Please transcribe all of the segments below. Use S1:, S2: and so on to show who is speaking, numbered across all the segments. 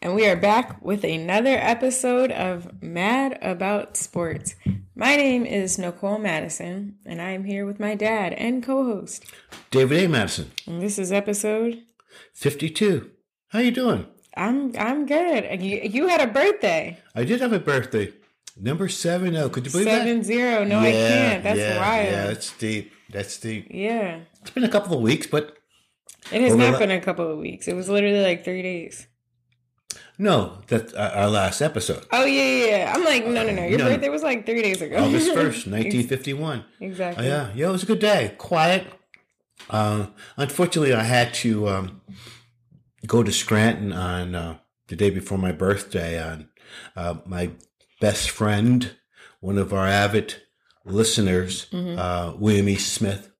S1: and we are back with another episode of Mad About Sports. My name is Nicole Madison, and I am here with my dad and co host.
S2: David A. Madison,
S1: And this is episode.
S2: 52. How you doing?
S1: I'm I'm good. And You, you had a birthday.
S2: I did have a birthday. Number 70. Could you believe
S1: Seven zero.
S2: that?
S1: No, I can't. That's
S2: yeah, Yeah,
S1: wild.
S2: that's deep. That's deep.
S1: Yeah.
S2: It's been a couple of weeks, but
S1: It has
S2: Well,
S1: not
S2: rela-
S1: been a couple of weeks. It was literally like three days.
S2: no, that's our our last episode.
S1: Oh yeah, yeah. yeah. I'm like, no, no, no. Your
S2: No.
S1: birthday was like three days ago.
S2: August 1st, 1951. Oh,
S1: exactly.
S2: yeah, yeah, it was a good day. Quiet. Uh, unfortunately, I had to um, go to Scranton on uh, the day before my birthday. On uh, my best friend, one of our avid listeners,
S1: Mm-hmm.
S2: uh, William E. Smith,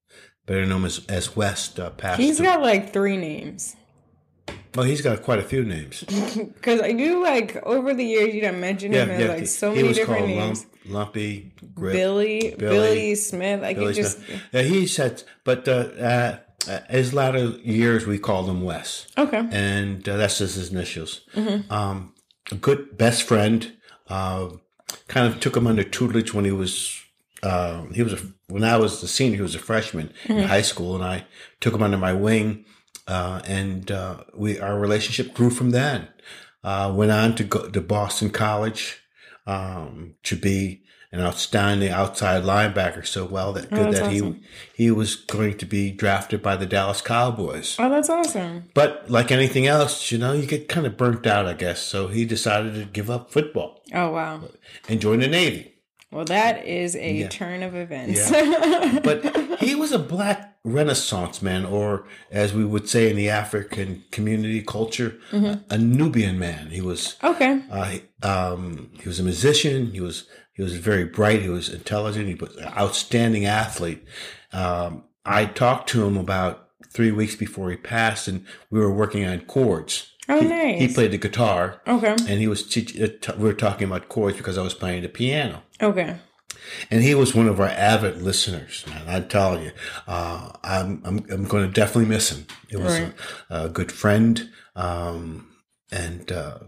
S2: better known as, as West, uh, passed.
S1: He's
S2: a-
S1: got like three names.
S2: oh, he's got quite a few names.
S1: Because I do like over the years you done mentioned him as like so
S2: he
S1: many
S2: was
S1: different
S2: called
S1: names.
S2: Lump, Lumpy, Grip,
S1: Billy, Billy,
S2: Billy-
S1: Smith. Like
S2: Billy
S1: it just
S2: Smith. Yeah, he said, but uh, uh, his latter years we called him Wes.
S1: okay.
S2: and uh, that's just his initials. Um, a good best friend. Uh, kind of took him under tutelage when he was uh, he was a, when I was a senior. He was a freshman in high school, and I took him under my wing, uh, and uh, we our relationship grew from then. Uh, went on to go to Boston College um, to be an outstanding outside linebacker. So well that good
S1: that's
S2: that he he was going to be drafted by the Dallas Cowboys.
S1: Oh, that's awesome.
S2: But like anything else, you know, you get kind of burnt out, I guess. So he decided to give up football
S1: Oh wow.
S2: and join the Navy.
S1: Well, that is a
S2: Yeah.
S1: turn of events.
S2: But he was a black renaissance man, or as we would say in the African community culture,
S1: Mm-hmm.
S2: a, Nubian man. He was
S1: okay.
S2: uh, um, he was a musician. He was he was very bright. He was intelligent. He was an outstanding athlete. Um, I talked to him about three weeks before he passed, and we were working on chords.
S1: Oh,
S2: He-
S1: nice.
S2: He played the guitar.
S1: Okay.
S2: and he was teach- uh, t- we were talking about chords because I was playing the piano,
S1: Okay.
S2: and he was one of our avid listeners. Man, I tell you, uh, I'm I'm, I'm going to definitely miss him. It was
S1: Right.
S2: a, a good friend, um, and uh,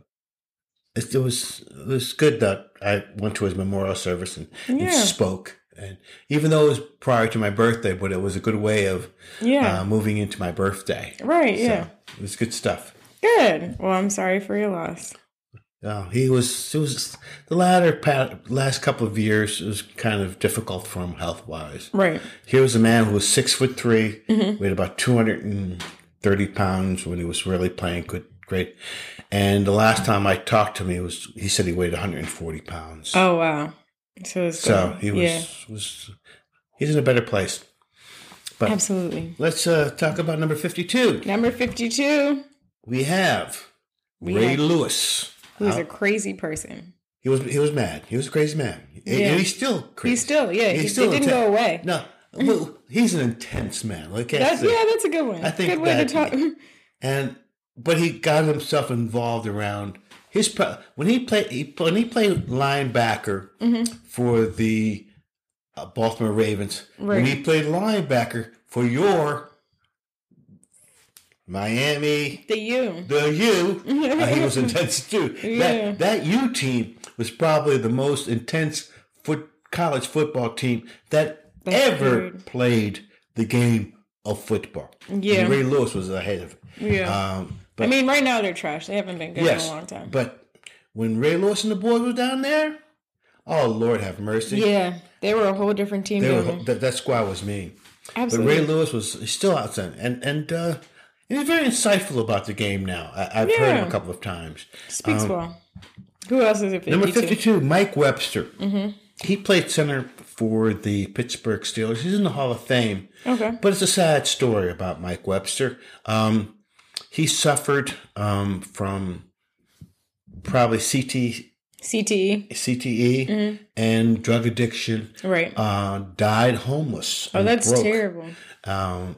S2: it, it was it was good that I went to his memorial service and, and
S1: Yeah.
S2: spoke. And even though it was prior to my birthday, but it was a good way of
S1: Yeah.
S2: uh, moving into my birthday.
S1: right. Yeah.
S2: So it was good stuff.
S1: Good. Well, I'm sorry for your loss.
S2: No, he was. It was the latter pa last couple of years was kind of difficult for him health wise.
S1: Right.
S2: Here was a man who was six foot 3
S1: Mm-hmm.
S2: weighed about two hundred and thirty pounds when he was really playing good, great. And the last time I talked to him, he was. He said he weighed one hundred and forty pounds.
S1: Oh wow. So it's
S2: so
S1: good.
S2: he was
S1: Yeah.
S2: was. He's in a better place. But
S1: Absolutely.
S2: let's uh, talk about number fifty-two.
S1: Number fifty-two.
S2: We have
S1: We
S2: Ray
S1: have-
S2: Lewis.
S1: Who's
S2: Out-
S1: a crazy person?
S2: He was he was mad. He was a crazy man. And-
S1: Yeah.
S2: And he's still crazy.
S1: He's still yeah.
S2: He's
S1: He,
S2: still
S1: it didn't go
S2: intense.
S1: away.
S2: No, well, he's an intense man. Like
S1: That's, yeah, that's a good one.
S2: I think
S1: good way to
S2: that-
S1: talk.
S2: and but he got himself involved around his pro- when he played he, when he played linebacker
S1: Mm-hmm.
S2: for the uh, Baltimore Ravens. When he played linebacker for your Miami
S1: the you.
S2: the U, uh, he was intense too.
S1: Yeah.
S2: That that U team was probably the most intense foot college football team that ever
S1: weird.
S2: played the game of football. And
S1: Yeah.
S2: Ray Lewis was ahead of it.
S1: Yeah.
S2: Um, but
S1: I mean, right now they're trash. They haven't been good
S2: yes,
S1: in a long time.
S2: but when Ray Lewis and the boys were down there, oh Lord have mercy.
S1: yeah, they were a whole different team.
S2: They
S1: down
S2: were,
S1: there.
S2: that, that squad was mean. But
S1: Absolutely.
S2: Ray Lewis was he's still outstanding, and and uh, he's very insightful about the game now. I, I've heard him
S1: Yeah.
S2: a couple of times.
S1: Speaks well. Who else is it? 52?
S2: um, Number 52, Mike Webster. Mm-hmm. He played center for the Pittsburgh Steelers. He's in the Hall of Fame.
S1: Okay.
S2: But it's a sad story about Mike Webster. Um, he suffered um, from probably CT,
S1: CTE.
S2: CTE E
S1: Mm-hmm.
S2: and drug addiction.
S1: Right.
S2: Uh, died homeless.
S1: oh, that's terrible.
S2: Um,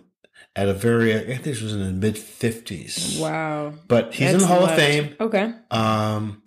S2: at a very, I think this was in the mid 50s.
S1: Wow.
S2: But he's in
S1: That's
S2: the Hall
S1: left.
S2: of Fame
S1: Okay.
S2: um,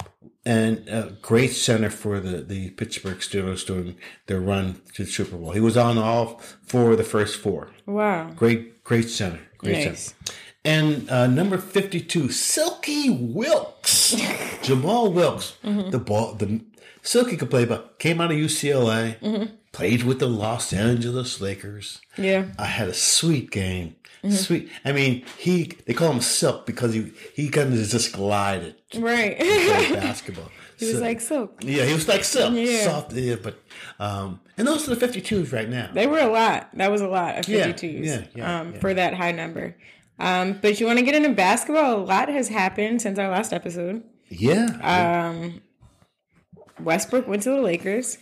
S2: and a great center for the, the Pittsburgh Steelers during their run to the Super Bowl. He was on all four of the first four.
S1: Wow.
S2: Great, great center. Great
S1: Nice.
S2: center. And uh, number 52, Silky Wilkes. Wilkes, Jamal Wilkes,
S1: Mm-hmm.
S2: the ball, the silky could play, but came out of UCLA,
S1: Mm-hmm.
S2: played with the Los Angeles Lakers.
S1: Yeah.
S2: I had a sweet game.
S1: Mm-hmm.
S2: Sweet. I mean, he they call him Silk because he he kind of just glided to
S1: Right.
S2: play basketball.
S1: he was like, so
S2: yeah, he was like Silk,
S1: Yeah.
S2: soft. Yeah, but um, and those are the 52s right now.
S1: they were a lot. That was a lot of
S2: Yeah,
S1: 52s
S2: yeah, yeah,
S1: um,
S2: yeah.
S1: for that high number. Um, but you want to get into basketball? A lot has happened since our last episode.
S2: yeah,
S1: Westbrook went to the Lakers.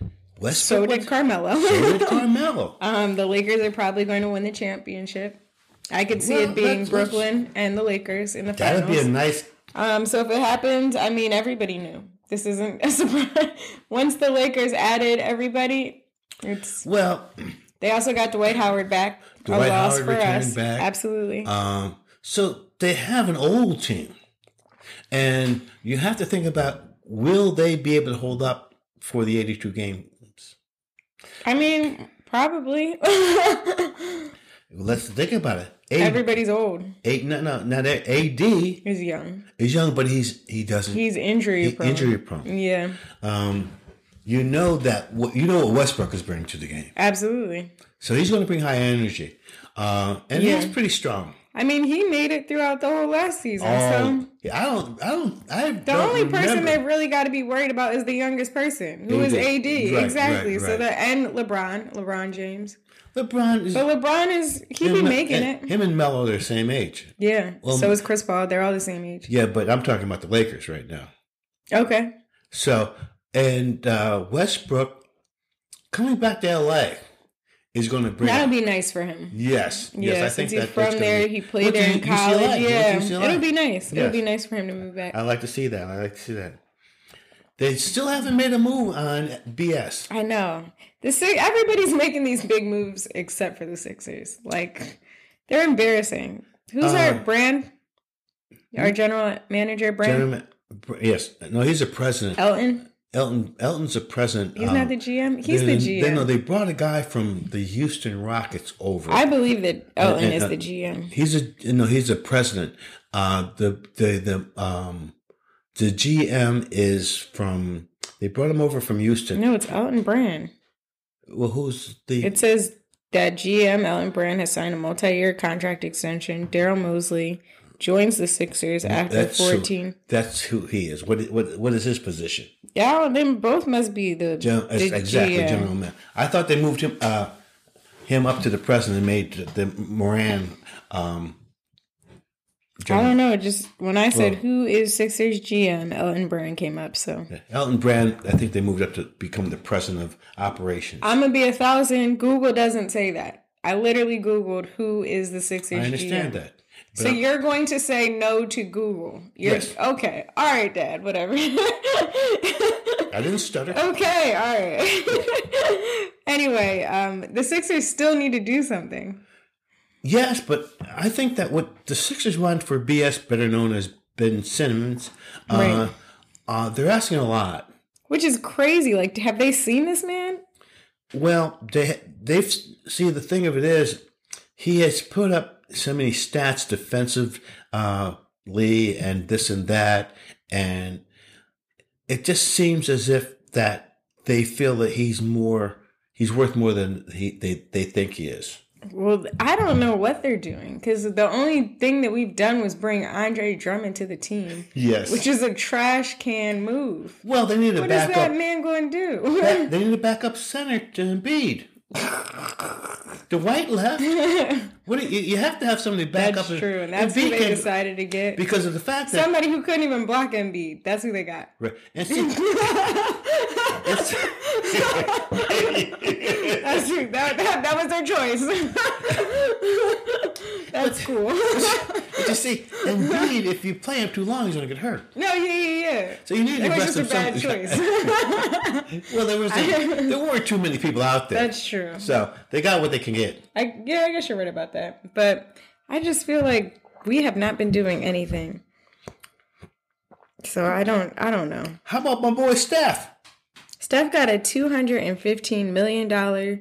S1: So
S2: Westbrook
S1: did
S2: went-
S1: Carmelo.
S2: so did Carmelo.
S1: um, the Lakers are probably going to win the championship. I could see
S2: Well,
S1: it being
S2: let's- let's-
S1: Brooklyn and the Lakers in the
S2: That
S1: finals.
S2: would be a nice.
S1: Um, so if it happens, I mean, everybody knew. This isn't a surprise. Once the Lakers added everybody, it's
S2: Well,
S1: they also got Dwight Howard back.
S2: Dwight
S1: a loss
S2: Howard
S1: for
S2: returned
S1: us.
S2: back.
S1: Absolutely.
S2: Um, so they have an old team, and you have to think about will they be able to hold up for the 82 games?
S1: I mean, probably.
S2: Let's think about it. Eight,
S1: Everybody's old.
S2: eight, no, no, now that AD
S1: He's young.
S2: is young, but he's he doesn't
S1: He's injury prone.
S2: injury prone.
S1: Yeah,
S2: Um, you know that what you know what Westbrook is bringing to the game,
S1: absolutely.
S2: so he's going to bring high energy, uh, and he's pretty strong.
S1: I mean, he made it throughout the whole last season. so
S2: Oh, yeah, I don't, I don't, I
S1: the only person
S2: remember.
S1: they really got to be worried about is the youngest person, who is AD.
S2: AD. Right,
S1: exactly.
S2: right,
S1: So
S2: right.
S1: the and LeBron, LeBron James.
S2: LeBron is
S1: But LeBron is he be
S2: Him-
S1: making
S2: and-
S1: it.
S2: Him and Melo, they're same age.
S1: Yeah. so is Chris Paul. They're all the same age.
S2: Yeah, but I'm talking about the Lakers right now.
S1: Okay.
S2: So, and uh, Westbrook coming back to LA is going to bring.
S1: That'll be nice for him.
S2: yes,
S1: Yeah,
S2: yes, I think
S1: since
S2: that
S1: he's
S2: that's
S1: from
S2: gonna
S1: there,
S2: be-
S1: he played
S2: Went to
S1: there in
S2: U- UCLA,
S1: college.
S2: went to
S1: yeah,
S2: UCLA.
S1: it'll be nice. It'll
S2: Yes.
S1: be nice for him to move back.
S2: I like to see that. I like to see that. They still haven't made a move on BS.
S1: I know the Six, everybody's making these big moves except for the Sixers. Like they're embarrassing. Who's our
S2: Uh, hmm?
S1: brand? Our general manager, Brand
S2: Gentlemen, yes, no, he's a president.
S1: Elton.
S2: Elton, Elton's a president.
S1: He's
S2: um,
S1: not the GM. He's the
S2: they-
S1: GM.
S2: They, no, they brought a guy from the Houston Rockets over.
S1: I believe that Elton
S2: and,
S1: is
S2: uh,
S1: the GM.
S2: He's a you know he's a president. Uh, the the the um the GM is from. They brought him over from Houston.
S1: No, it's Elton Brand.
S2: Well, who's the?
S1: It says that GM Elton Brand has signed a multi-year contract extension. Daryl Mosley joins the Sixers after
S2: that's who-
S1: 14.
S2: That's who he is. What i- what what is his position?
S1: Yeah, them both must be the,
S2: Gen-
S1: the
S2: exactly,
S1: GM.
S2: general man. I thought they moved him uh him up to the president and made the, the Moran. Um,
S1: I
S2: general.
S1: don't know. Just when I said
S2: Well-
S1: who is Sixers GM, Elton Brand came up. So
S2: Elton Brand, I think they moved up to become the president of operations.
S1: I'm gonna be a thousand. Google doesn't say that. I literally Googled who is the Sixers.
S2: I understand
S1: GM.
S2: that. But
S1: So
S2: I'm-
S1: you're going to say no to Google. You're,
S2: Yes.
S1: Okay. All right, Dad. Whatever. okay.
S2: I didn't stutter.
S1: All right. anyway, um, the Sixers still need to do something.
S2: Yes, but I think that what the Sixers want for BS, better known as Ben Simmons, uh,
S1: Right.
S2: uh, they're asking a lot.
S1: Which is crazy. Like, have they seen this man?
S2: Well, they they've see the thing of it is he has put up so many stats, defensive uh, Lee and this and that, and it just seems as if that they feel that he's more he's worth more than he they, they think he is.
S1: Well, I don't know what they're doing because the only thing that we've done was bring Andre Drummond to the team,
S2: Yes.
S1: which is a trash can move.
S2: well, they need a
S1: What is
S2: backup.
S1: that man going to do?
S2: They need a backup center to Embiid. Dwight left. What do you, you have to have somebody back
S1: that's
S2: up.
S1: true, and that's who
S2: Embiid
S1: they
S2: can-
S1: decided to get.
S2: because of the fact that
S1: Somebody who couldn't even block Embiid. That's who they got.
S2: Right. and see, it's-
S1: That's true. That, that, that was their choice. that's cool.
S2: but you see, Embiid, if you play him too long, he's going to get hurt.
S1: no, yeah, yeah, yeah.
S2: So you need an
S1: That was just a
S2: aggressive.
S1: bad
S2: center.
S1: choice.
S2: well, there was there weren't too many people out there,
S1: That's true.
S2: so they got what they can get.
S1: I yeah, I guess you're right about that. But I just feel like we have not been doing anything. So I don't I don't know.
S2: How about my boy Steph?
S1: Steph got a two hundred and fifteen million dollar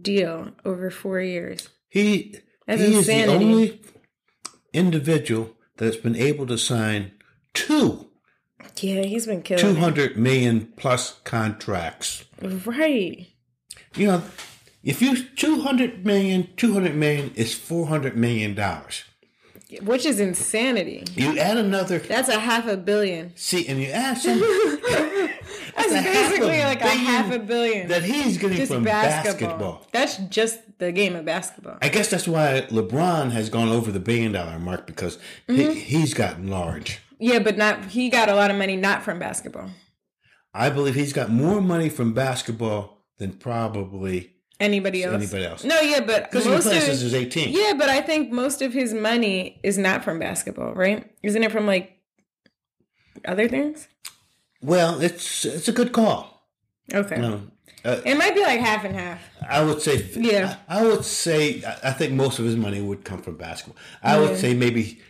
S1: deal over four years.
S2: He
S1: That's
S2: he is the
S1: insanity.
S2: only individual that's been able to sign two
S1: Yeah, he's been killing.
S2: two
S1: it.
S2: hundred million plus contracts.
S1: Right.
S2: You know, if you two hundred million, two hundred million is four hundred million dollars.
S1: Which is insanity.
S2: You add another
S1: That's a half a billion.
S2: see, and you add some
S1: That's
S2: a half a
S1: basically like a
S2: billion
S1: half a billion.
S2: that he's getting
S1: Just
S2: from
S1: basketball.
S2: basketball.
S1: That's just the game of basketball.
S2: I guess that's why LeBron has gone over the billion dollar mark because
S1: Mm-hmm.
S2: he, he's gotten large.
S1: Yeah, but not he got a lot of money not from basketball.
S2: I believe he's got more money from basketball than probably
S1: Anybody else?
S2: anybody else.
S1: No, yeah, but
S2: because he's
S1: most
S2: been playing
S1: of
S2: since he was 18.
S1: yeah, but I think most of his money is not from basketball, right? Isn't it from like other things?
S2: Well, it's it's a good call.
S1: Okay,
S2: You know, uh,
S1: it might be like half and half.
S2: I would say
S1: Yeah.
S2: I, I would say I I think most of his money would come from basketball. I would say maybe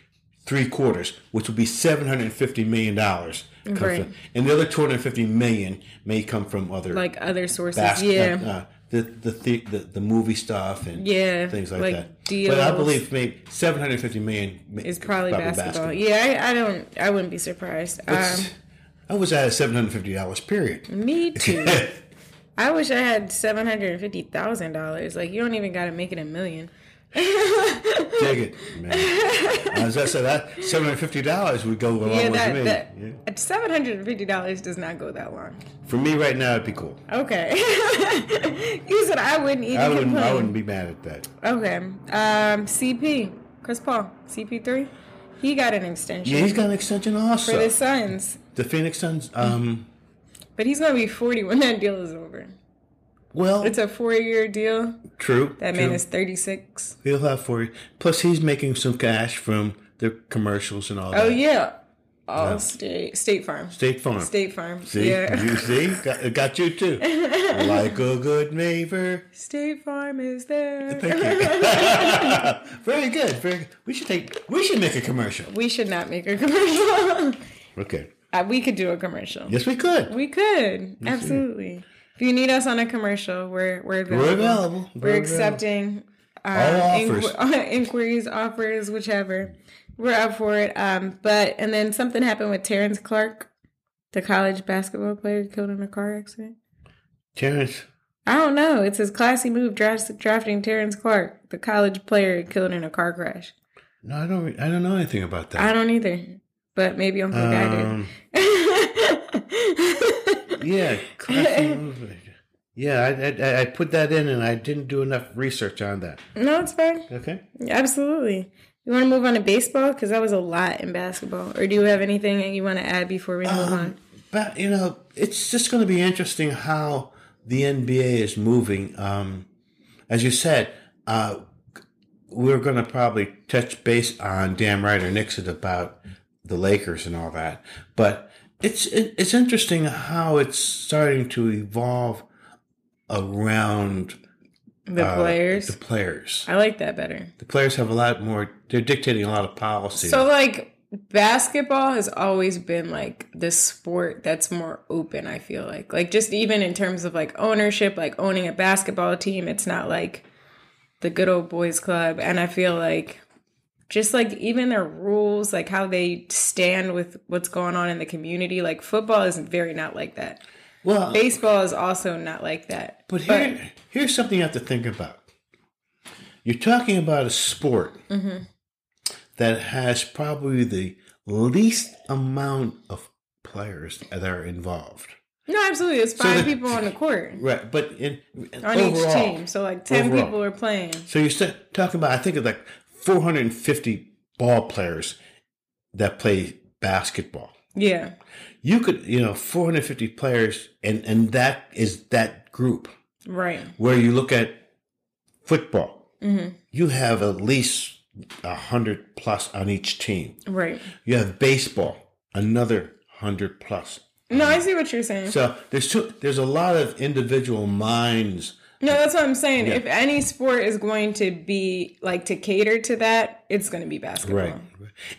S2: three quarters, which would be seven hundred and fifty million dollars.
S1: Right.
S2: And the other two hundred and fifty million may come from other
S1: like other sources.
S2: bas-
S1: yeah,
S2: uh, uh, the, the, the the the movie stuff and
S1: Yeah,
S2: things like,
S1: like
S2: that. But I
S1: deals.
S2: believe maybe seven hundred fifty million ma-
S1: it's probably, basketball. Yeah, I, I don't. I wouldn't be surprised. Um,
S2: It's- I was at a seven hundred fifty dollars period.
S1: me too. I wish I had seven hundred and fifty thousand dollars. Like you don't even got to make it a million.
S2: Dig it, man. As I said, that seven hundred fifty dollars would go a long
S1: Yeah,
S2: way for me.
S1: that, that
S2: Yeah.
S1: seven hundred and fifty dollars does not go that long.
S2: For me, right now, it'd be cool.
S1: Okay, you said I wouldn't even
S2: I wouldn't.
S1: complain.
S2: I wouldn't be mad at that.
S1: Okay, um, CP Chris Paul, CP three, he got an extension
S2: Yeah, he's got an extension also.
S1: for the Suns,
S2: the Phoenix Suns. Um,
S1: but he's gonna be forty when that deal is over.
S2: well,
S1: It's a four year deal.
S2: true.
S1: That
S2: true.
S1: man is thirty six.
S2: He'll have for you. Plus, he's making some cash from the commercials and all that.
S1: Oh yeah, all state State Farm.
S2: State Farm.
S1: State Farm.
S2: See,
S1: Yeah.
S2: you see, got, it got you too. like a good neighbor.
S1: State Farm is there.
S2: Thank you. very good. Very. Good. We should take. We should make a commercial.
S1: We should not make a commercial.
S2: Okay.
S1: Uh, we could do a commercial.
S2: Yes, we could.
S1: We could absolutely. If you need us on a commercial, we're we're available.
S2: We're available.
S1: We're
S2: We're available.
S1: accepting uh,
S2: All
S1: inqu- inquiries, offers, whichever. We're up for it. Um, but and then something happened with Terrence Clark, the college basketball player killed in a car accident.
S2: Terrence.
S1: I don't know. It's his classy move drafts, drafting Terrence Clark, the college player killed in a car crash.
S2: No, I don't. re- I don't know anything about that.
S1: I don't either, but maybe Uncle Guy
S2: Um,
S1: did.
S2: yeah. classy movie. Yeah, I, I I put that in and I didn't do enough research on that.
S1: no, it's fine.
S2: Okay.
S1: Absolutely. You want to move on to baseball because that was a lot in basketball. Or do you have anything that you want to add before we move
S2: Um,
S1: on?
S2: But you know, it's just going to be interesting how the NBA is moving. Um, as you said, uh, we're going to probably touch base on damn right or Nixon about the Lakers and all that. But it's it, it's interesting how it's starting to evolve around
S1: The
S2: uh,
S1: players.
S2: The players.
S1: I like that better.
S2: The players have a lot more. They're dictating a lot of policy.
S1: So, like, basketball has always been like the sport that's more open, I feel like. Like, just even in terms of like ownership, like owning a basketball team, it's not like the good old boys club. And I feel like just like even their rules, like how they stand with what's going on in the community, like football is very not like that.
S2: well,
S1: Baseball is also not like that.
S2: But here, here's something you have to think about. You're talking about a sport
S1: Mm-hmm.
S2: that has probably the least amount of players that are involved.
S1: No, absolutely. It's five
S2: the-
S1: people on the court
S2: Right, but in,
S1: on
S2: overall,
S1: each team. So like ten
S2: overall.
S1: people are playing.
S2: so you're st- talking about I think it's like 450 ball players that play basketball.
S1: Yeah.
S2: You could, you know, 450 players, and and that is that group.
S1: Right. Mm-hmm.
S2: where you look at football, you have at least a hundred plus on each team.
S1: Right.
S2: You have baseball, another hundred plus.
S1: No, I see what you're saying.
S2: So there's two, there's a lot of individual minds.
S1: No, that's what I'm saying. If any sport is going to be like to cater to that, it's going to be basketball.
S2: and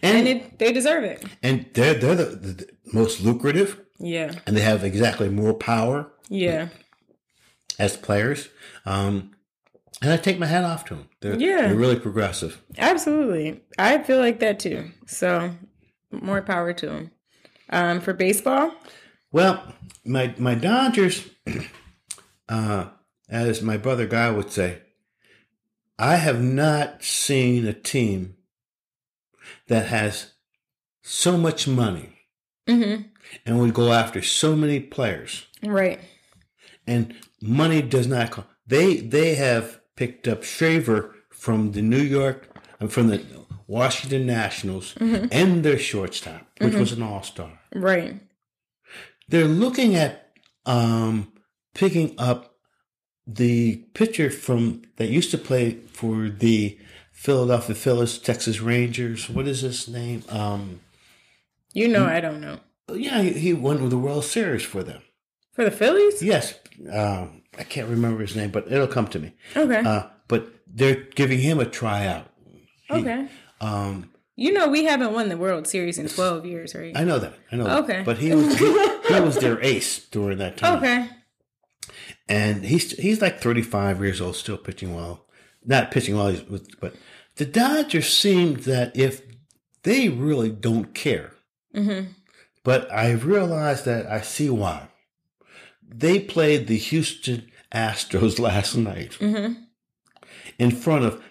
S1: And
S2: and,
S1: it, they deserve it.
S2: they're they're the, the, the most lucrative,
S1: Yeah.
S2: and they have exactly more power
S1: Yeah.
S2: as players. Um, and I take my hat off to them. They're,
S1: Yeah.
S2: they're really progressive.
S1: Absolutely. I feel like that too. So more power to them. um, for baseball?
S2: Well, my my Dodgers, uh, as my brother Guy would say, I have not seen a team that has so much money
S1: Mm-hmm.
S2: and would go after so many players.
S1: Right.
S2: And money does not come. They they have picked up Shaver from the New York and from the Washington Nationals and their shortstop, which was an All Star.
S1: Right.
S2: they're looking at um, picking up the pitcher from that used to play for the Philadelphia Phillies, Texas Rangers. What is his name? Um,
S1: You know, I don't know.
S2: yeah, he, he won the World Series for them.
S1: For the Phillies?
S2: Yes, um, I can't remember his name, but it'll come to me.
S1: Okay.
S2: Uh, but they're giving him a tryout.
S1: okay.
S2: Um,
S1: You know, we haven't won the World Series in 12 years, right?
S2: I know that. I know. that.
S1: Okay.
S2: But he was he, he was their ace during that time.
S1: okay.
S2: and he's he's like 35 years old, still pitching well. Not pitching well, he's- but the Dodgers seem that if they really don't care,
S1: Mm-hmm.
S2: but I realize that I see why. They played the Houston Astros last night
S1: Mm-hmm.
S2: in front of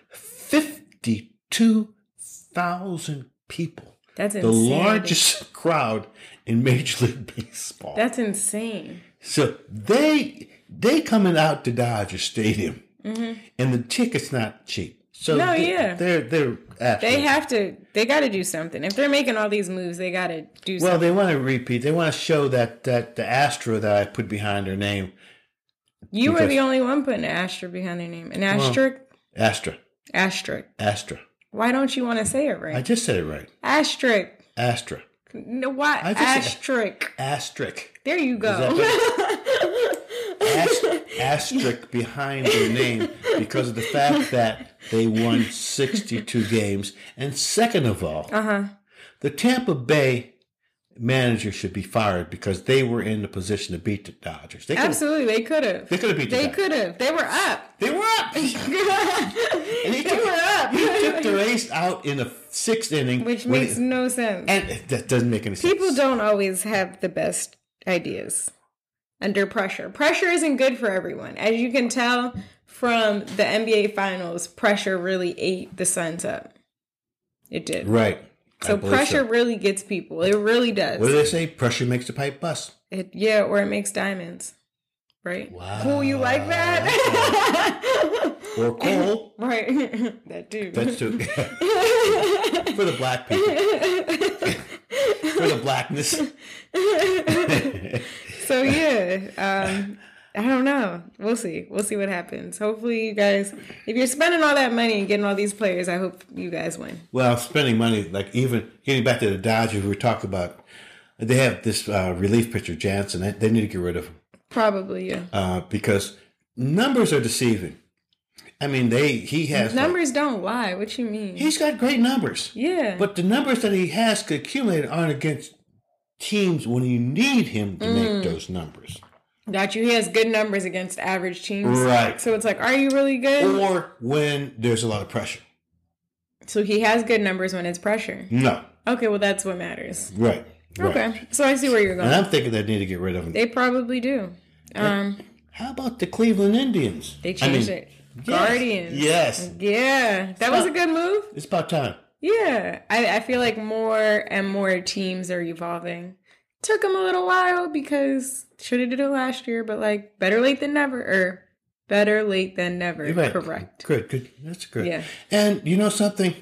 S2: 52,000 people,
S1: That's
S2: the
S1: insane.
S2: largest crowd in Major League Baseball.
S1: That's insane.
S2: So they they coming out to Dodger Stadium, and the ticket's not cheap. So
S1: Mm-hmm. No,
S2: they,
S1: yeah.
S2: they're they're absolutely.
S1: They have to. They got to do something. If they're making all these moves, they got to do
S2: well,
S1: something.
S2: they want to repeat. They want to show that that the Astro that I put behind her name,
S1: You were the
S2: because-
S1: only one putting an asterisk behind their name. An asterisk.
S2: Astra,
S1: asterisk.
S2: Astra.
S1: Why don't you want to say it
S2: I
S1: right?
S2: just said it right.
S1: asterisk.
S2: Astra,
S1: No, why
S2: I just-
S1: asterisk?
S2: asterisk,
S1: There you go.
S2: Ast- asterisk behind their name because of the fact that they won sixty-two games. And second of all,
S1: Uh huh.
S2: The Tampa Bay manager should be fired because they were in the position to beat the Dodgers. They could
S1: Absolutely, they could have.
S2: they could have beat the
S1: They
S2: Dodgers.
S1: could have. They were up.
S2: They were up.
S1: they were up.
S2: He took the race out in the sixth inning,
S1: Which
S2: when-
S1: makes no sense.
S2: and that doesn't make any sense.
S1: People don't always have the best ideas under pressure. Pressure isn't good for everyone. As you can tell from the NBA finals, pressure really ate the Suns up. It did.
S2: right. I
S1: So
S2: believe
S1: pressure really gets people. It really does.
S2: What do they say? Pressure makes the pipe bust.
S1: It, yeah, or it makes diamonds. Right?
S2: Wow.
S1: Cool, you like that?
S2: Or coal.
S1: right. that dude.
S2: That's true. for the black people. for the blackness.
S1: so yeah um i don't know we'll see we'll see what happens hopefully you guys if you're spending all that money and getting all these players i hope you guys win
S2: Well, spending money, like even getting back to the Dodgers, we talked about. They have this uh, relief pitcher Jansen. They, they need to get rid of him
S1: probably yeah
S2: uh, because numbers are deceiving. I mean, they he has
S1: numbers don't lie what you mean
S2: he's got great numbers,
S1: yeah
S2: but the numbers that he has accumulated aren't against teams when you need him to
S1: Mm.
S2: make those numbers,
S1: got you he has good numbers against average teams
S2: right?
S1: so it's like are you really good
S2: Or when there's a lot of pressure.
S1: so he has good numbers when it's pressure
S2: No,
S1: okay well that's what matters
S2: right, right.
S1: okay so i see where you're
S2: And
S1: going
S2: I'm thinking they need to get rid of him.
S1: they probably do um
S2: How about the Cleveland Indians?
S1: they
S2: I mean,
S1: changed it guardians
S2: Yes.
S1: yeah that was a good move
S2: It's about time.
S1: Yeah, I, I feel like more and more teams are evolving. Took them a little while because should have did it last year, but like better late than never, or better late than never.
S2: You're right.
S1: Correct.
S2: Good, good. That's good.
S1: Yeah.
S2: And you know something?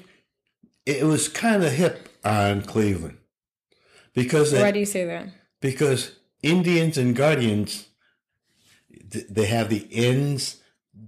S2: It was kind of hip on Cleveland because they-
S1: Why do you say that?
S2: because Indians and Guardians th- they have the ends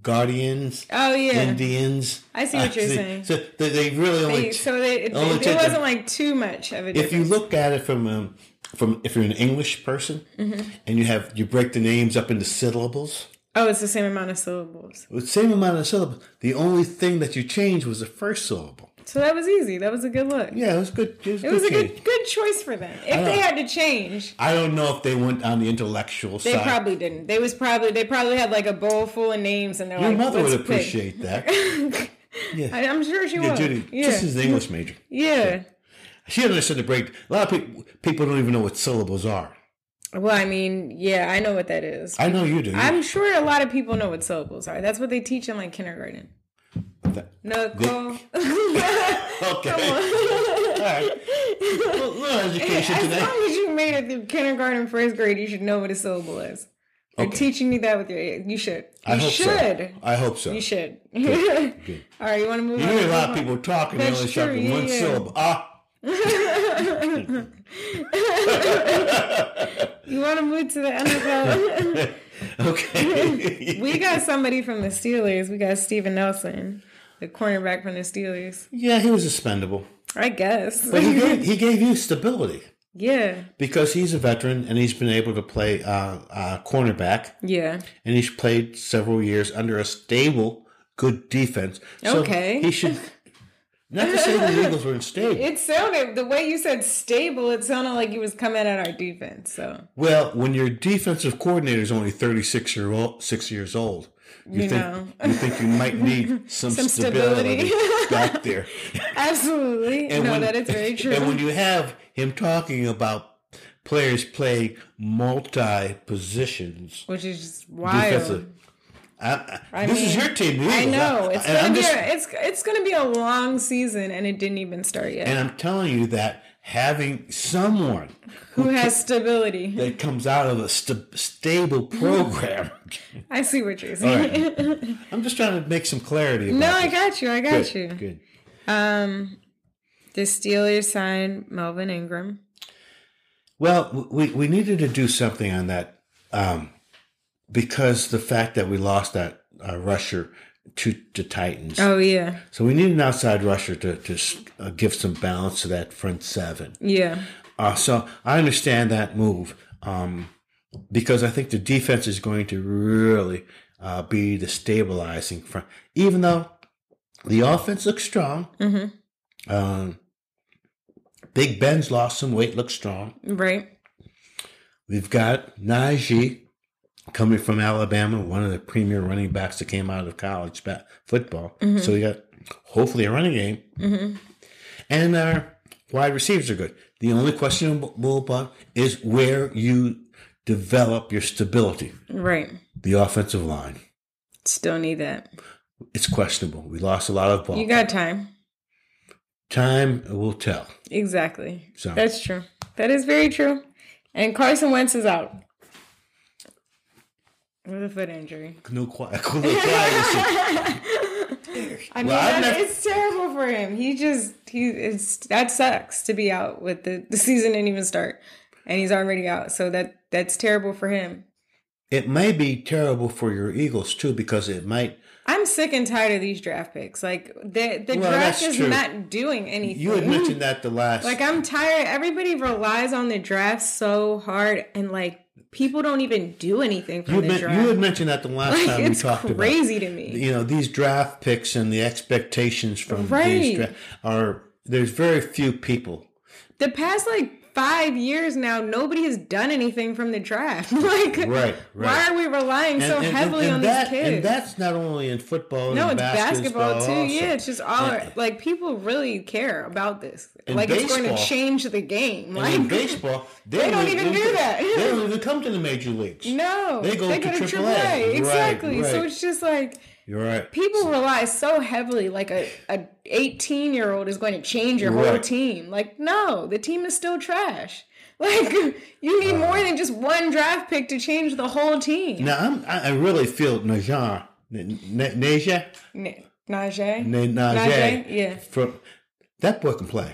S2: Guardians
S1: Oh yeah,
S2: Indians.
S1: I see what you're
S2: see.
S1: saying.
S2: So they, they really only
S1: They- so they, it,
S2: only
S1: it,
S2: take
S1: wasn't
S2: them-
S1: like too much of a difference.
S2: if you look at it from um, from if you're an English person
S1: Mm-hmm.
S2: and you have you break the names up into syllables.
S1: oh, it's the same amount of syllables.
S2: The same amount of syllables. The only thing that you changed was the first syllable.
S1: So that was easy. That was a good look.
S2: Yeah, it was good. It was,
S1: It was a
S2: change.
S1: good good choice for them. If they had to change,
S2: I don't know if they went on the intellectual
S1: they
S2: side.
S1: probably didn't. They was probably they probably had like a bowl full of names, and they're
S2: Your
S1: like,
S2: mother would
S1: "Let's pick."
S2: appreciate that.
S1: I, I'm sure she
S2: Yeah,
S1: will.
S2: Judy,
S1: yeah.
S2: this is an English major.
S1: yeah.
S2: She doesn't understand the break. A lot of people people don't even know what syllables are.
S1: Well, I mean, yeah, I know what that is.
S2: I know you do.
S1: I'm sure a lot of people know what syllables are. That's what they teach in like kindergarten.
S2: That-
S1: No, cool.
S2: okay. All right. Well, little education
S1: As
S2: today.
S1: long as you made it through kindergarten, first grade, you should know what a syllable is. You're
S2: Okay.
S1: teaching me that with your. You should. You
S2: I hope
S1: should.
S2: so. I hope so.
S1: You should.
S2: Good.
S1: All right, you want to move
S2: You
S1: on?
S2: hear a lot of people talking, they
S1: That's
S2: only start
S1: true,
S2: with
S1: yeah,
S2: one
S1: yeah.
S2: syllable. Ah,
S1: You want to move to the NFL?
S2: okay.
S1: we got somebody from the Steelers. We got Steven Nelson, the cornerback from the Steelers.
S2: yeah, he was expendable.
S1: I guess.
S2: But he gave, he gave you stability
S1: yeah.
S2: because he's a veteran and he's been able to play uh, uh, cornerback
S1: Yeah.
S2: and he's played several years under a stable, good defense. So
S1: Okay.
S2: He should. Not to say the Eagles were unstable.
S1: It sounded the way you said stable. It sounded like you was coming at our defense. So
S2: Well, when your defensive coordinator is only thirty six year old, six years old, you, think
S1: know.
S2: you think you might need some,
S1: Some
S2: stability,
S1: stability.
S2: back there.
S1: absolutely, no, that is very true.
S2: And when you have him talking about players playing multi positions,
S1: which is just wild.
S2: defensive. I, I, this is
S1: mean,
S2: your team. the
S1: I
S2: Eagles.
S1: know it's
S2: and
S1: gonna
S2: I'm
S1: be
S2: just-
S1: a, it's it's gonna be a long season, and it didn't even start yet.
S2: and I'm telling you that having someone
S1: Who has stability?
S2: that comes out of a st- stable program,
S1: I see what you're
S2: All
S1: saying.
S2: right. I'm just trying to make some clarity.
S1: No,
S2: about
S1: I
S2: this.
S1: got you. I got
S2: Good,
S1: you.
S2: Good.
S1: The Steelers signed Melvin Ingram.
S2: Well, we, we needed to do something on that um, because the fact that we lost that uh, rusher to the Titans.
S1: Oh yeah,
S2: So we need an outside rusher to, to uh, give some balance to that front seven.
S1: yeah,
S2: Uh, so I understand that move um, because I think the defense is going to really uh, be the stabilizing front. Even though the offense looks strong,
S1: Mhm.
S2: um, Big Ben's lost some weight, looks strong.
S1: right.
S2: We've got Najee coming from Alabama, one of the premier running backs that came out of college ba- football. So we got hopefully a running game.
S1: hmm
S2: And our wide receivers are good. The only questionable part is where you develop your stability.
S1: Right.
S2: The offensive line.
S1: Still need that.
S2: It's questionable. We lost a lot of ball.
S1: You got time.
S2: Time will tell.
S1: Exactly.
S2: So
S1: That's true. That is very true. And Carson Wentz is out with a foot injury.
S2: no quiet. No quiet.
S1: I mean,
S2: Well,
S1: that-
S2: I've never-
S1: it's terrible for him. He just he it's that sucks to be out with the the season didn't even start, and he's already out. So that that's terrible for him.
S2: it may be terrible for your Eagles too because it might
S1: I'm sick and tired of these draft picks. Like the the
S2: Well,
S1: draft
S2: that's
S1: is
S2: true.
S1: not doing anything.
S2: you had mentioned that the last
S1: Like I'm tired. Everybody relies on the draft so hard, and like people don't even do anything from
S2: You,
S1: the
S2: men-
S1: draft.
S2: you had mentioned that the last
S1: Like,
S2: time we
S1: it's
S2: talked
S1: crazy to
S2: about.
S1: me.
S2: You know these draft picks and the expectations from
S1: Right.
S2: these dra- are there's very few people.
S1: The past like five years now, nobody has done anything from the draft. like,
S2: Right,
S1: why
S2: right.
S1: are we relying so heavily
S2: and
S1: on
S2: that,
S1: these kids?
S2: and that's not only in football.
S1: no,
S2: and
S1: it's basketball, too.
S2: also.
S1: Yeah, it's just all
S2: And-
S1: like people really care about this.
S2: And
S1: Like it's going to
S2: baseball-
S1: change the game.
S2: And in
S1: Like
S2: baseball, they,
S1: don't even do that.
S2: They don't even come to the major leagues.
S1: no,
S2: They go to AAA. Right,
S1: exactly. So
S2: right.
S1: it's just like
S2: You're right.
S1: people rely so heavily like a, a 18 year old is going to change your whole
S2: Right.
S1: team like no the team is still trash like you need more than just one draft pick to change the whole team
S2: Now I'm, I I really feel Najar, N- N- Najee,
S1: N- Najee?
S2: N- Najee,
S1: Najee, yeah.
S2: From that boy can play.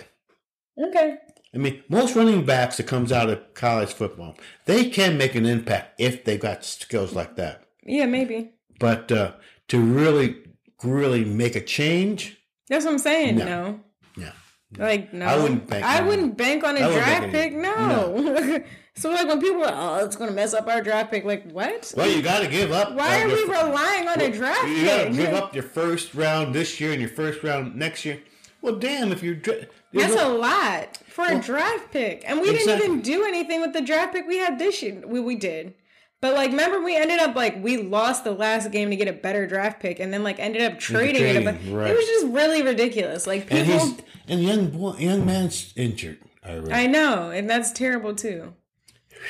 S1: okay
S2: I mean, most running backs that comes out of college football, they can make an impact if they got skills like that.
S1: yeah maybe
S2: But uh, to really, really make a change,
S1: that's what i'm saying
S2: No.
S1: no,
S2: yeah,
S1: Like no,
S2: I wouldn't bank
S1: I
S2: on
S1: wouldn't bank on a
S2: I wouldn't
S1: draft
S2: bank on it.
S1: pick. No. so like when people, are, oh, it's gonna mess up our draft pick. Like what?
S2: Well, you got to give up.
S1: Why
S2: uh,
S1: are we
S2: your-
S1: relying on a draft
S2: You got to
S1: pick?
S2: give up your first round this year and your first round next year. Well, damn, if you're dra-
S1: That's a lot for a draft pick. And we
S2: Mm-hmm. Exactly.
S1: didn't even do anything with the draft pick we had this year. We, we did. But like, remember we ended up like we lost the last game to get a better draft pick, and then like ended up trading it. But
S2: trading, right.
S1: it was just really ridiculous. Like
S2: And
S1: people,
S2: he's and young boy, young man's injured. I read.
S1: I know, and that's terrible too.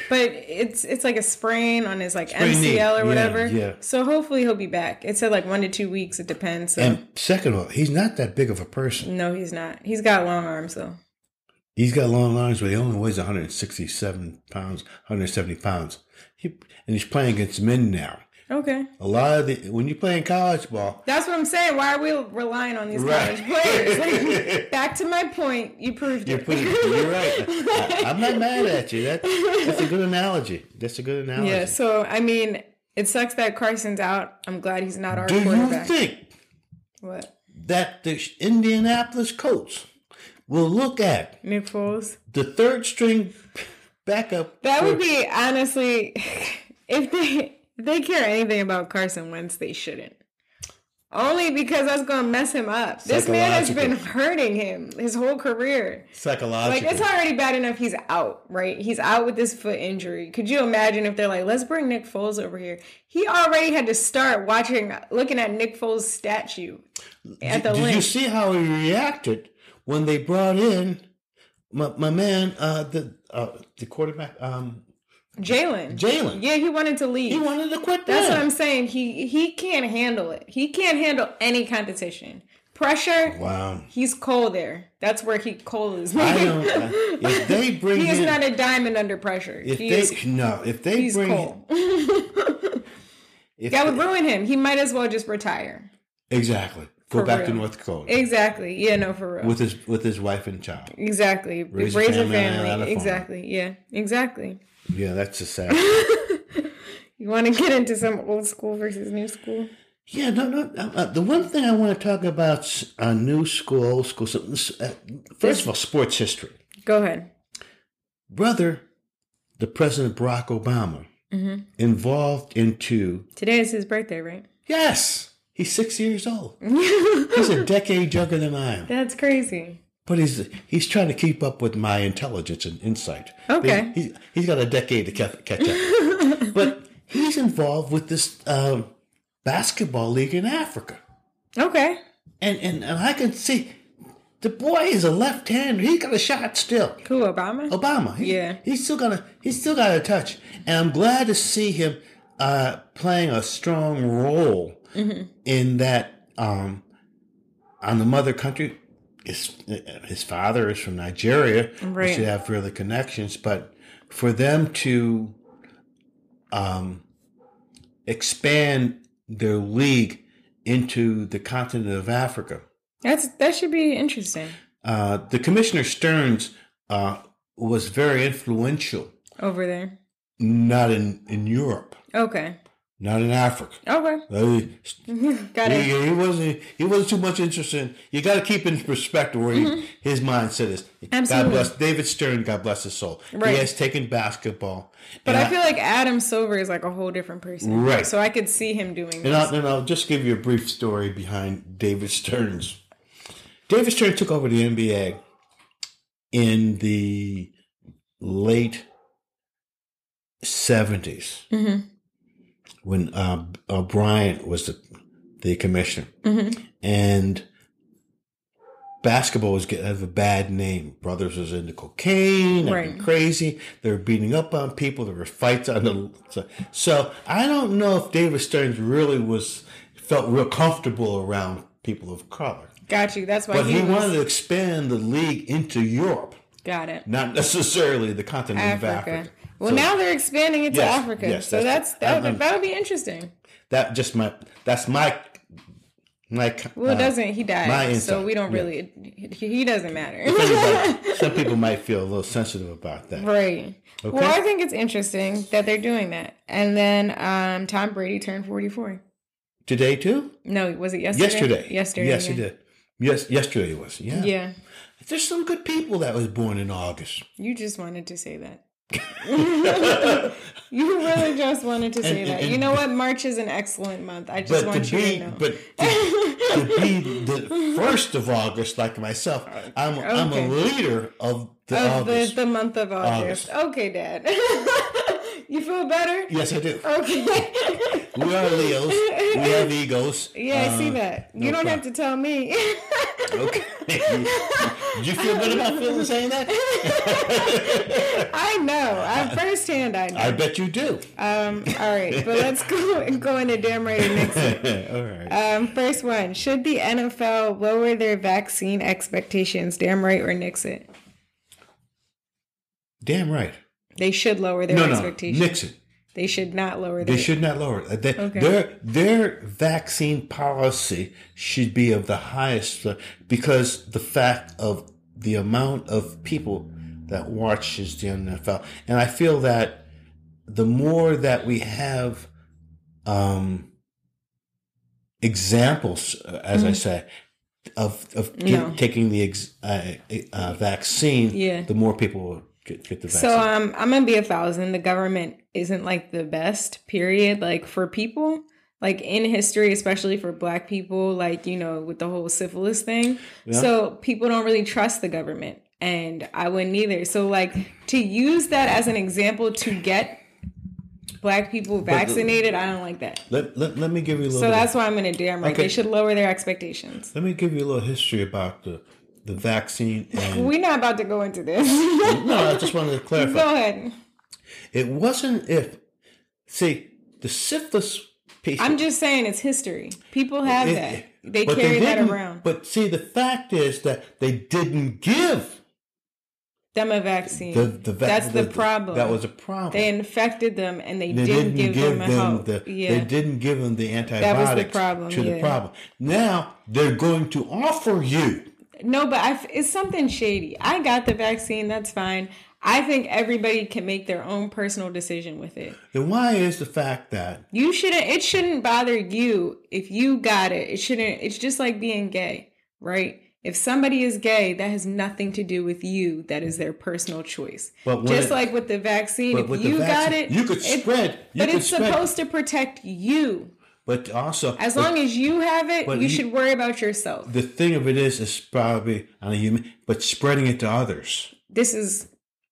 S1: But it's it's like a sprain on his like
S2: Sprained knee.
S1: MCL
S2: Yeah,
S1: or whatever.
S2: yeah.
S1: So hopefully he'll be back. It said like one to two weeks. It depends. So.
S2: and second of all, he's not that big of a person.
S1: no, he's not. He's got long arms though.
S2: He's got long arms, but he only weighs 167 pounds, 170 pounds. He, and he's playing against men now.
S1: Okay,
S2: A lot of the when you play in college ball,
S1: that's what I'm saying. Why are we relying on these
S2: Right.
S1: college players? Like, back to my point. You proved
S2: You're,
S1: it.
S2: pretty, you're right. I, I'm not mad at you. That, that's a good analogy. That's a good analogy.
S1: Yeah, so I mean, it sucks that Carson's out. I'm glad he's not our
S2: Do you
S1: quarterback.
S2: think
S1: what?
S2: that the Indianapolis Colts will look at
S1: Nick Foles?
S2: the third string backup?
S1: That would be honestly if they if they care anything about Carson Wentz, they shouldn't. Only because that's gonna mess him up. This man has been hurting him his whole career. Like
S2: psychological?
S1: it's already bad enough he's out, right? He's out with this foot injury. Could you imagine if they're like, let's bring Nick Foles over here? He already had to start watching, looking at Nick Foles' statue at the
S2: Did you
S1: link.
S2: see how he reacted when they brought in my, my man, uh, the uh, the quarterback, um,
S1: Jalen.
S2: Jalen?
S1: Yeah, he wanted to leave.
S2: He wanted to quit.
S1: That's
S2: then.
S1: what I'm saying. He he can't handle it. He can't handle any competition. Pressure.
S2: Wow.
S1: He's cold there. That's where he cold is.
S2: I don't. I, if they bring
S1: he is
S2: in,
S1: not a diamond under pressure.
S2: if
S1: he
S2: they
S1: is,
S2: no, if they
S1: he's
S2: bring in,
S1: cold.
S2: If
S1: That would ruin him. He might as well just retire.
S2: exactly. Go
S1: For
S2: back to
S1: real.
S2: North Dakota
S1: Exactly. Yeah. No, for real.
S2: with his with his wife and child.
S1: exactly. Raise,
S2: a
S1: a
S2: family and out of
S1: family.
S2: farm.
S1: Exactly. Yeah. Exactly.
S2: Yeah, that's a sad.
S1: You want to get into some old school versus new school?
S2: yeah, no, no. Uh, uh, the one thing I want to talk about is, uh, new school, old school. So, uh, first of all, sports history.
S1: Go ahead.
S2: Brother, the President Barack Obama involved into
S1: Today is his birthday, right?
S2: yes, he's six years old. he's a decade younger than I am.
S1: That's crazy.
S2: But he's he's trying to keep up with my intelligence and insight.
S1: Okay.
S2: He- he's, he's got a decade to ca- catch up. but he's involved with this um, basketball league in Africa,
S1: Okay.
S2: and, and and I can see the boy is a left hander. He got a shot still.
S1: Who, Obama?
S2: Obama. He,
S1: Yeah.
S2: He's still got a he's still got a touch, and I'm glad to see him uh, playing a strong role
S1: Mm-hmm.
S2: in that. Um, on the mother country, his his father is from Nigeria. They
S1: Right.
S2: should have really connections, but for them to um, expand their league into the continent of Africa.
S1: That's that should be interesting.
S2: Uh, the commissioner Stearns uh, was very influential,
S1: Over there.
S2: not in, in Europe,
S1: Okay.
S2: not in Africa.
S1: Okay.
S2: Uh,
S1: Got
S2: he,
S1: it.
S2: he wasn't he wasn't too much interested. in- you got to keep in perspective where he, his mindset is. God
S1: Mm-hmm. Absolutely.
S2: bless David Stern. God bless his soul.
S1: Right.
S2: He has taken basketball,
S1: But
S2: and
S1: I feel like Adam Silver is like a whole different person.
S2: Right.
S1: So I could see him doing
S2: And
S1: this.
S2: I'll, and I'll just give you a brief story behind David Stearns. David Stern took over the NBA in the late 70s when uh, uh, Bryant was the, the commissioner.
S1: Mm-hmm.
S2: And basketball was getting have a bad name. Brothers was into cocaine, acting
S1: Right.
S2: crazy. They were beating up on people. There were fights on the. So, so I don't know if David Stearns really was felt real comfortable around people of color,
S1: Got you. That's why
S2: but
S1: he,
S2: he
S1: was,
S2: wanted to expand the league into Europe,
S1: got it.
S2: not necessarily the continent of
S1: Africa.
S2: Africa.
S1: Well,
S2: So
S1: now they're expanding it to
S2: Yes,
S1: Africa.
S2: yes,
S1: so
S2: that's-
S1: that's, that.
S2: I'm- I'm-
S1: Would, that would be interesting.
S2: that just my that's my my. uh,
S1: Well, it doesn't. He
S2: my
S1: died, so
S2: insight,
S1: we don't really. He, he doesn't matter.
S2: some people might feel a little sensitive about that.
S1: right. Well, I think it's interesting that they're doing that. And then um, Tom Brady turned forty-four.
S2: Today too.
S1: No, was it yesterday?
S2: yesterday.
S1: Yesterday.
S2: Yes,
S1: yeah.
S2: you did. Yes, yesterday it was. Yeah.
S1: Yeah.
S2: There's some good people that was born in August.
S1: You just wanted to say that. you really just wanted to say
S2: And-
S1: that.
S2: and-
S1: you know what? March is an excellent month. I just
S2: But to
S1: want you
S2: be,
S1: to know.
S2: but to, to be the first of August, like myself, I'm I'm a
S1: Okay.
S2: leader of the
S1: of
S2: August.
S1: the, the month of August. Okay, Dad. You feel better?
S2: Yes, I do.
S1: Okay.
S2: We are Leos. We have egos.
S1: yeah, I see
S2: Uh,
S1: that.
S2: no
S1: You don't have
S2: problem.
S1: to tell me.
S2: Uh, Okay. Did you feel good about feeling saying that?
S1: I know. I firsthand I know.
S2: I bet you do.
S1: Um, all right, but let's go go into damn right and next.
S2: All right.
S1: Um, first one: Should the NFL lower their vaccine expectations? Damn right or Nixon?
S2: Damn right.
S1: They should lower their
S2: No, no.
S1: expectations.
S2: Nixon.
S1: They should not lower their.
S2: They should not lower it. They-
S1: Okay.
S2: Their their vaccine policy should be of the highest uh, because the fact of the amount of people that watches the NFL, and I feel that the more that we have um, examples, uh, as
S1: Mm-hmm.
S2: I say, of of get-
S1: No.
S2: taking the ex, uh, uh, vaccine,
S1: Yeah.
S2: the more people will get, get the vaccine.
S1: So um, I'm gonna be a thousand. The government isn't like the best. Period. Like for people, like in history, especially for Black people, like you know with the whole syphilis thing.
S2: Yeah.
S1: So people don't really trust the government, and I wouldn't either. So like to use that as an example to get Black people vaccinated, I don't like that.
S2: let, let, let me give you a little.
S1: So
S2: bit of-
S1: that's why I'm gonna damn right. They
S2: Okay.
S1: should lower their expectations.
S2: Let me give you a little history about the the vaccine. And,
S1: We're not about to go into this.
S2: no, I just wanted to
S1: go
S2: clarify.
S1: ahead.
S2: It wasn't if. See, the syphilis piece.
S1: I'm just saying it's history. People have
S2: it-
S1: that. They
S2: but
S1: carry that
S2: didn't-
S1: around.
S2: But see, the fact is that they didn't give
S1: them a vaccine.
S2: the the vaccine.
S1: That's the, problem.
S2: That was a problem.
S1: they infected them and they,
S2: They
S1: didn't, give, them, a hope.
S2: the
S1: yeah.
S2: they didn't give them the antibiotics
S1: was the problem,
S2: to the
S1: yeah.
S2: problem. Now they're going to offer you.
S1: No, but I f it's something shady. I got the vaccine. That's fine. I think everybody can make their own personal decision with it.
S2: Then why is the fact that
S1: You shouldn't. It shouldn't bother you if you got it. It shouldn't. It's just like being gay, right? If somebody is gay, that has nothing to do with you. That is their personal choice.
S2: But when
S1: just
S2: it-
S1: like with the vaccine,
S2: but
S1: if
S2: with the
S1: you got
S2: vaccine,
S1: it,
S2: you could
S1: it-
S2: spread- you
S1: but
S2: could
S1: it's
S2: spread-
S1: supposed to protect you.
S2: But also,
S1: As
S2: but
S1: long as you have it,
S2: but
S1: you,
S2: you-
S1: should worry about yourself.
S2: the thing of it is, is probably on a human, but spreading it to others.
S1: This is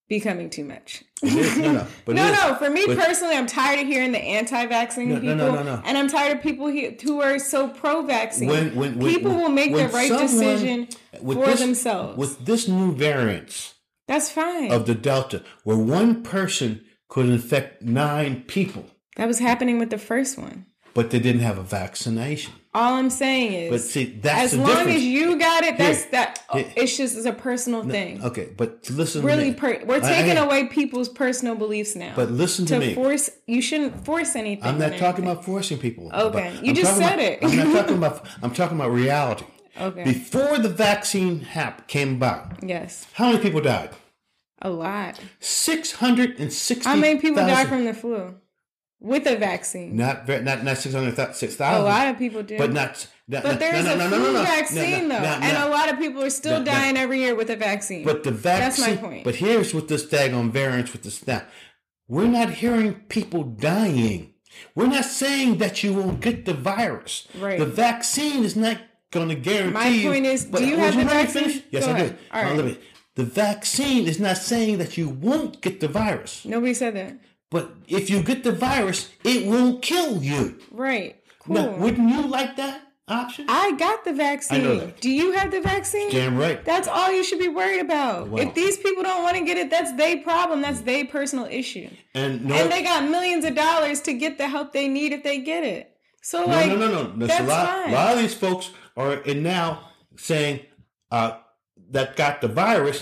S1: becoming too much.
S2: It is- no, no, but it
S1: No,
S2: is-
S1: no. For me
S2: but-
S1: personally, I'm tired of hearing the anti-vaccine
S2: No, no,
S1: people,
S2: no, no, no.
S1: and I'm tired of people he- who are so pro-vaccine.
S2: When, when, when,
S1: people will make
S2: when
S1: the right
S2: someone-
S1: decision
S2: with
S1: for
S2: this-
S1: themselves.
S2: With this new variant
S1: That's fine.
S2: of the Delta, where one person could infect nine people,
S1: that was happening with the first one.
S2: but they didn't have a vaccination.
S1: All I'm saying is,
S2: But see, that's
S1: as
S2: the
S1: long
S2: difference.
S1: as you got it, that's
S2: Here.
S1: that. oh,
S2: Here.
S1: It's just it's a personal thing.
S2: okay, but listen.
S1: Really,
S2: to me.
S1: per, we're
S2: I- I-
S1: taking away people's personal beliefs now.
S2: But listen to
S1: to
S2: me.
S1: force you shouldn't force anything.
S2: I'm
S1: on
S2: not talking
S1: anything.
S2: about forcing people.
S1: Okay,
S2: But
S1: you just
S2: talking
S1: said
S2: about-
S1: it.
S2: I'm not talking about. I'm talking about reality.
S1: Okay.
S2: Before the vaccine hap came about,
S1: Yes,
S2: how many people died?
S1: a lot.
S2: Six hundred and sixty.
S1: How many people die from the flu with a vaccine?
S2: Not ver- not not six hundred six
S1: a
S2: thousand.
S1: lot of people do.
S2: But not. not
S1: But there is
S2: no, no,
S1: a
S2: no, no,
S1: flu
S2: no, no,
S1: vaccine
S2: no, no,
S1: though,
S2: no, no.
S1: and a lot of people are still
S2: No, no.
S1: dying every year with a vaccine.
S2: But the
S1: That's
S2: vaccine.
S1: my point.
S2: But here's what this daggone variance with this now. We're not hearing people dying. We're not saying that you won't get the virus.
S1: Right.
S2: The vaccine is not going to guarantee
S1: My
S2: you-
S1: point is, do
S2: but-
S1: you
S2: would
S1: have the
S2: let me
S1: vaccine?
S2: finish? Yes,
S1: Go
S2: I do.
S1: ahead. All
S2: Now,
S1: right.
S2: let me- The vaccine is not saying that you won't get the virus,
S1: Nobody said that.
S2: but if you get the virus, it won't kill you.
S1: Right. Cool.
S2: Now, wouldn't you like that option?
S1: Hmm. I got the vaccine.
S2: that.
S1: Do you have the vaccine?
S2: Damn right.
S1: That's all you should be worried about.
S2: Wow.
S1: If these people don't want to get it, that's their problem. That's their personal issue.
S2: and no,
S1: And they got millions of dollars to get the help they need if they get it. So
S2: No,
S1: like
S2: no, no, no. There's
S1: that's
S2: a, lot,
S1: fine.
S2: lot of these folks are in now saying uh, that got the virus.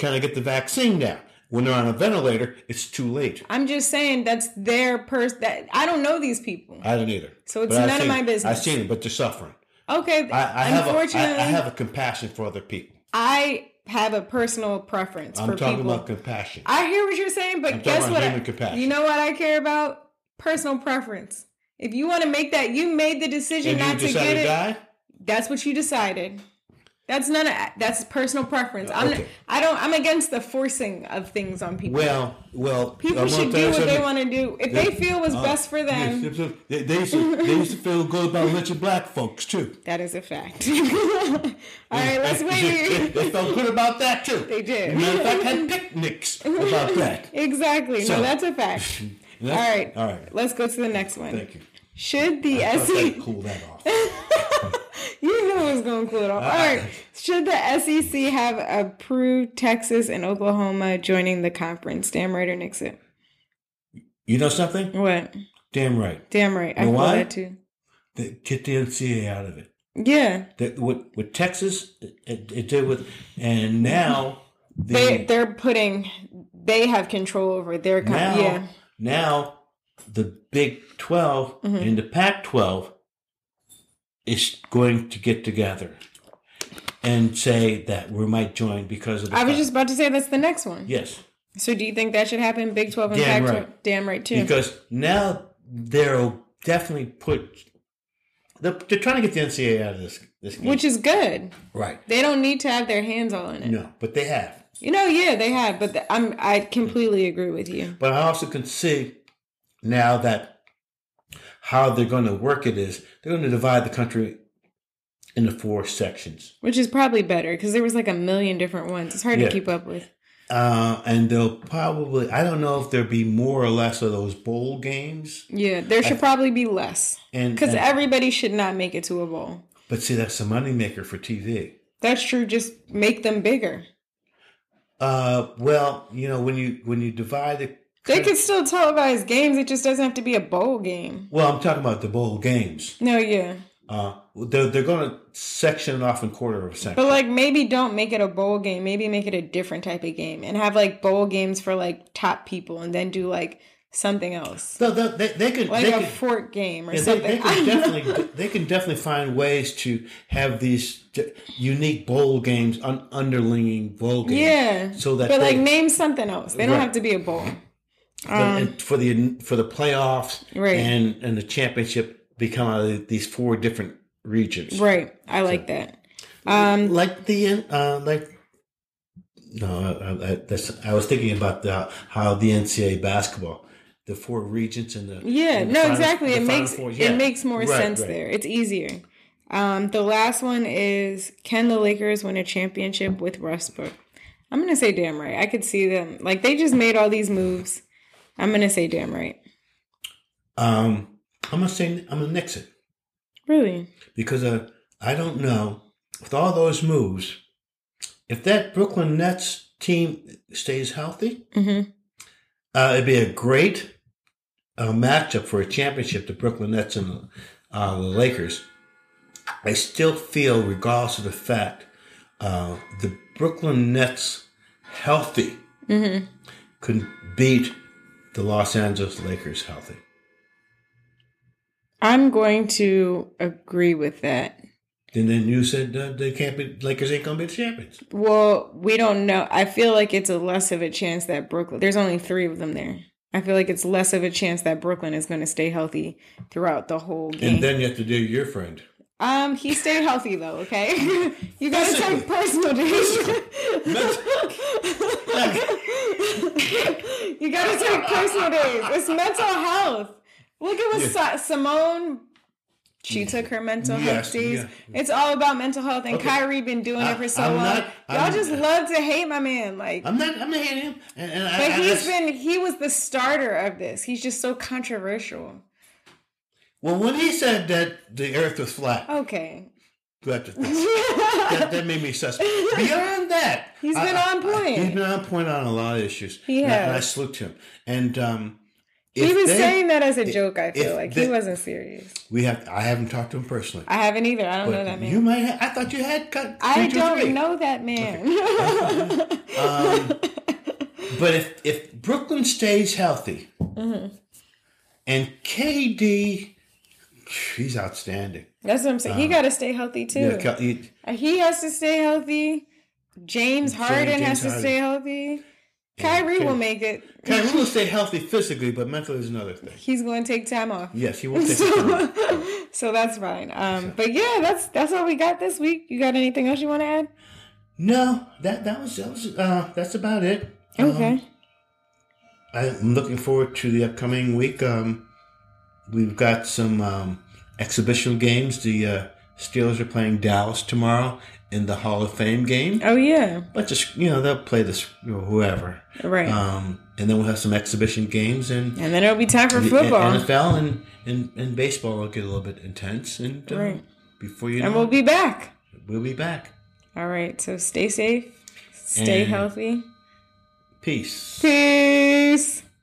S2: Can I get the vaccine now? When they're on a ventilator, it's too late.
S1: I'm just saying that's their person. That I don't know these people.
S2: I don't either.
S1: So it's
S2: But I've
S1: none of
S2: seen-
S1: my business.
S2: I've seen them, but they're suffering.
S1: Okay.
S2: I, I have a, I,
S1: unfortunately,
S2: I have a compassion for other people.
S1: I have a personal preference
S2: I'm
S1: for
S2: talking
S1: people.
S2: about compassion.
S1: I hear what you're saying, but
S2: talking
S1: guess
S2: about
S1: what?
S2: human
S1: I-
S2: compassion.
S1: You know what I care about? Personal preference. If you want to make that, you made the decision
S2: and
S1: not
S2: you
S1: to get
S2: decided to
S1: it.
S2: die.
S1: That's what you decided. That's none. Of, that's personal preference. I'm.
S2: Okay.
S1: I don't. I'm against the forcing of things on people.
S2: Well, well,
S1: people
S2: I'm gonna
S1: should
S2: tell you
S1: do what they
S2: something. uh,
S1: want to do. If they feel what's best for them,
S2: Yes, yes, yes. They, they used to, they used to feel good about lynching black folks too.
S1: that is a fact. All right, let's
S2: They,
S1: wait.
S2: they felt good about that too.
S1: They did.
S2: Matter of fact, had picnics about that.
S1: exactly.
S2: So-
S1: no, that's a fact. All right.
S2: All right.
S1: Let's go to the next one.
S2: Thank you.
S1: Should the
S2: Let's
S1: SEC
S2: cool that off.
S1: You knew it was going to cool it off. All right. Should the SEC have approved Texas and Oklahoma joining the conference? Damn right or Nixon?
S2: You know something?
S1: What?
S2: Damn right.
S1: Damn right. I
S2: You know
S1: feel
S2: why?
S1: that too.
S2: They- Get the NCAA out of it.
S1: Yeah.
S2: That what with Texas it, it did with, and now the,
S1: They, they're putting, they have control over their con-
S2: now
S1: Yeah.
S2: now the Big 12
S1: Mm-hmm.
S2: and the Pac twelve is going to get together and say that we might join because of. The
S1: I was
S2: Pac-
S1: just about to say that's the next one.
S2: yes.
S1: So do you think that should happen? Big 12 and
S2: Damn
S1: Pac 12?
S2: right.
S1: Damn right too.
S2: Because now they'll definitely put. They're, they're trying to get the NCAA out of this this game.
S1: Which is good.
S2: right.
S1: They don't need to have their hands all in it.
S2: No, but they have.
S1: You know, yeah, they have, but the, I'm, I completely agree with you.
S2: But I also can see now that how they're going to work it is they're going to divide the country into four sections,
S1: Which is probably better because there was like a million different ones. It's hard
S2: Yeah.
S1: to keep up with.
S2: uh, and they'll probably I don't know if there'll be more or less of those bowl games.
S1: Yeah, there should probably be less
S2: And,
S1: because
S2: and-
S1: everybody should not make it to a bowl.
S2: but see, that's a moneymaker for TV.
S1: That's true. Just make them bigger.
S2: Uh, well, you know when you when you divide the
S1: They could still televise games. It just doesn't have to be a bowl game.
S2: well, I'm talking about the bowl games.
S1: No, yeah,
S2: Uh, they're they're going to section it off in quarter of a section.
S1: but like maybe don't make it a bowl game. Maybe make it a different type of game and have like bowl games for like top people, and then do like something else,
S2: so they, they, they can
S1: like
S2: they
S1: a
S2: can,
S1: fort game or
S2: yeah, they,
S1: something.
S2: they can definitely they can definitely find ways to have these j- unique bowl games, un- underlinging bowl games.
S1: yeah,
S2: So that
S1: but like
S2: they-
S1: name something else. They don't
S2: Right.
S1: have to be a bowl. Um,
S2: But- and for the for the playoffs
S1: Right.
S2: and and the championship become out of these four different regions,
S1: Right. I like that. Um,
S2: like the uh, like. No, I, I, that's, I was thinking about the, how the NCAA basketball, the four regions and the
S1: Yeah,
S2: and the
S1: no,
S2: final-
S1: exactly.
S2: the
S1: It
S2: final
S1: makes
S2: four, yeah.
S1: it makes more
S2: Right,
S1: sense
S2: right.
S1: there. It's easier. Um, the last one is can the Lakers win a championship with Westbrook? I'm gonna say damn right. I could see them like they just made all these moves. I'm gonna say damn right.
S2: Um, I'm gonna say I'm gonna nix it
S1: Really?
S2: because uh, I don't know with all those moves if that Brooklyn Nets team stays healthy,
S1: Mhm.
S2: uh, it'd be a great uh, matchup for a championship. The Brooklyn Nets and uh, the Lakers. I still feel, regardless of the fact, uh, the Brooklyn Nets healthy could beat the Los Angeles Lakers healthy.
S1: I'm going to agree with that.
S2: And then you said uh, they can't be Lakers ain't gonna be the champions.
S1: Well, we don't know. I feel like it's a less of a chance that Brooklyn. There's only three of them there. I feel like it's less of a chance that Brooklyn is going to stay healthy throughout the whole game.
S2: And then you have to do your friend.
S1: Um, he stayed healthy though. Okay, you gotta take personal days. you gotta take personal days. It's mental health. Look at what Sa- Simone. She took her mental health
S2: Yes,
S1: days.
S2: yeah.
S1: It's all about mental health, and
S2: Okay.
S1: Kyrie been doing
S2: I-
S1: it for so
S2: I'm
S1: long.
S2: not-
S1: Y'all
S2: I'm-
S1: just love to hate my man, like.
S2: I'm not. I'm not hating him. And, and I,
S1: but
S2: I-
S1: he's
S2: I-
S1: been. He was the starter of this. He's just so controversial.
S2: well when he said that the Earth was flat.
S1: Oh. Okay.
S2: That, that, that made me suspect. Beyond that,
S1: He's
S2: I-
S1: been
S2: I-
S1: on point.
S2: he's been on point on a lot of issues.
S1: He
S2: and I, and I
S1: has.
S2: salute him. And um,
S1: He
S2: if
S1: was
S2: they-
S1: saying that as a joke. I feel
S2: if
S1: like
S2: they-
S1: he wasn't serious.
S2: we have. I haven't talked to him personally.
S1: I haven't either. I don't know that
S2: but
S1: man.
S2: you might. Have, I thought you had cut.
S1: I
S2: two,
S1: don't
S2: three.
S1: know that man.
S2: But if if Brooklyn stays healthy,
S1: Mm-hmm.
S2: and KD, he's outstanding.
S1: That's what I'm saying. he got to stay healthy too.
S2: Uh,
S1: Uh,
S2: Yeah, Kel- he-
S1: he has to stay healthy. James Harden
S2: James
S1: has to
S2: Harden.
S1: stay healthy. Kyrie will make it.
S2: Kyrie will stay healthy physically, but mentally is another thing.
S1: He's going to take time off.
S2: Yes, he will take
S1: So-
S2: so,
S1: So that's fine. Um, but yeah, that's that's all we got this week. You got anything else you want to add?
S2: No, that that was that was uh, that's about it.
S1: Okay.
S2: Um, I'm looking forward to the upcoming week. Um, we've got some um, exhibition games. The uh, Steelers are playing Dallas tomorrow in the Hall of Fame game.
S1: oh yeah.
S2: But just you know, they'll play this you know, whoever.
S1: Right.
S2: Um, and then we'll have some exhibition games and
S1: And then it'll be time for football.
S2: and NFL and, and and baseball will get a little bit intense. And uh,
S1: Right.
S2: before you know,
S1: and
S2: we'll,
S1: we'll be back.
S2: we'll be back.
S1: All right. So stay safe, stay
S2: And-
S1: healthy.
S2: Peace.
S1: Peace.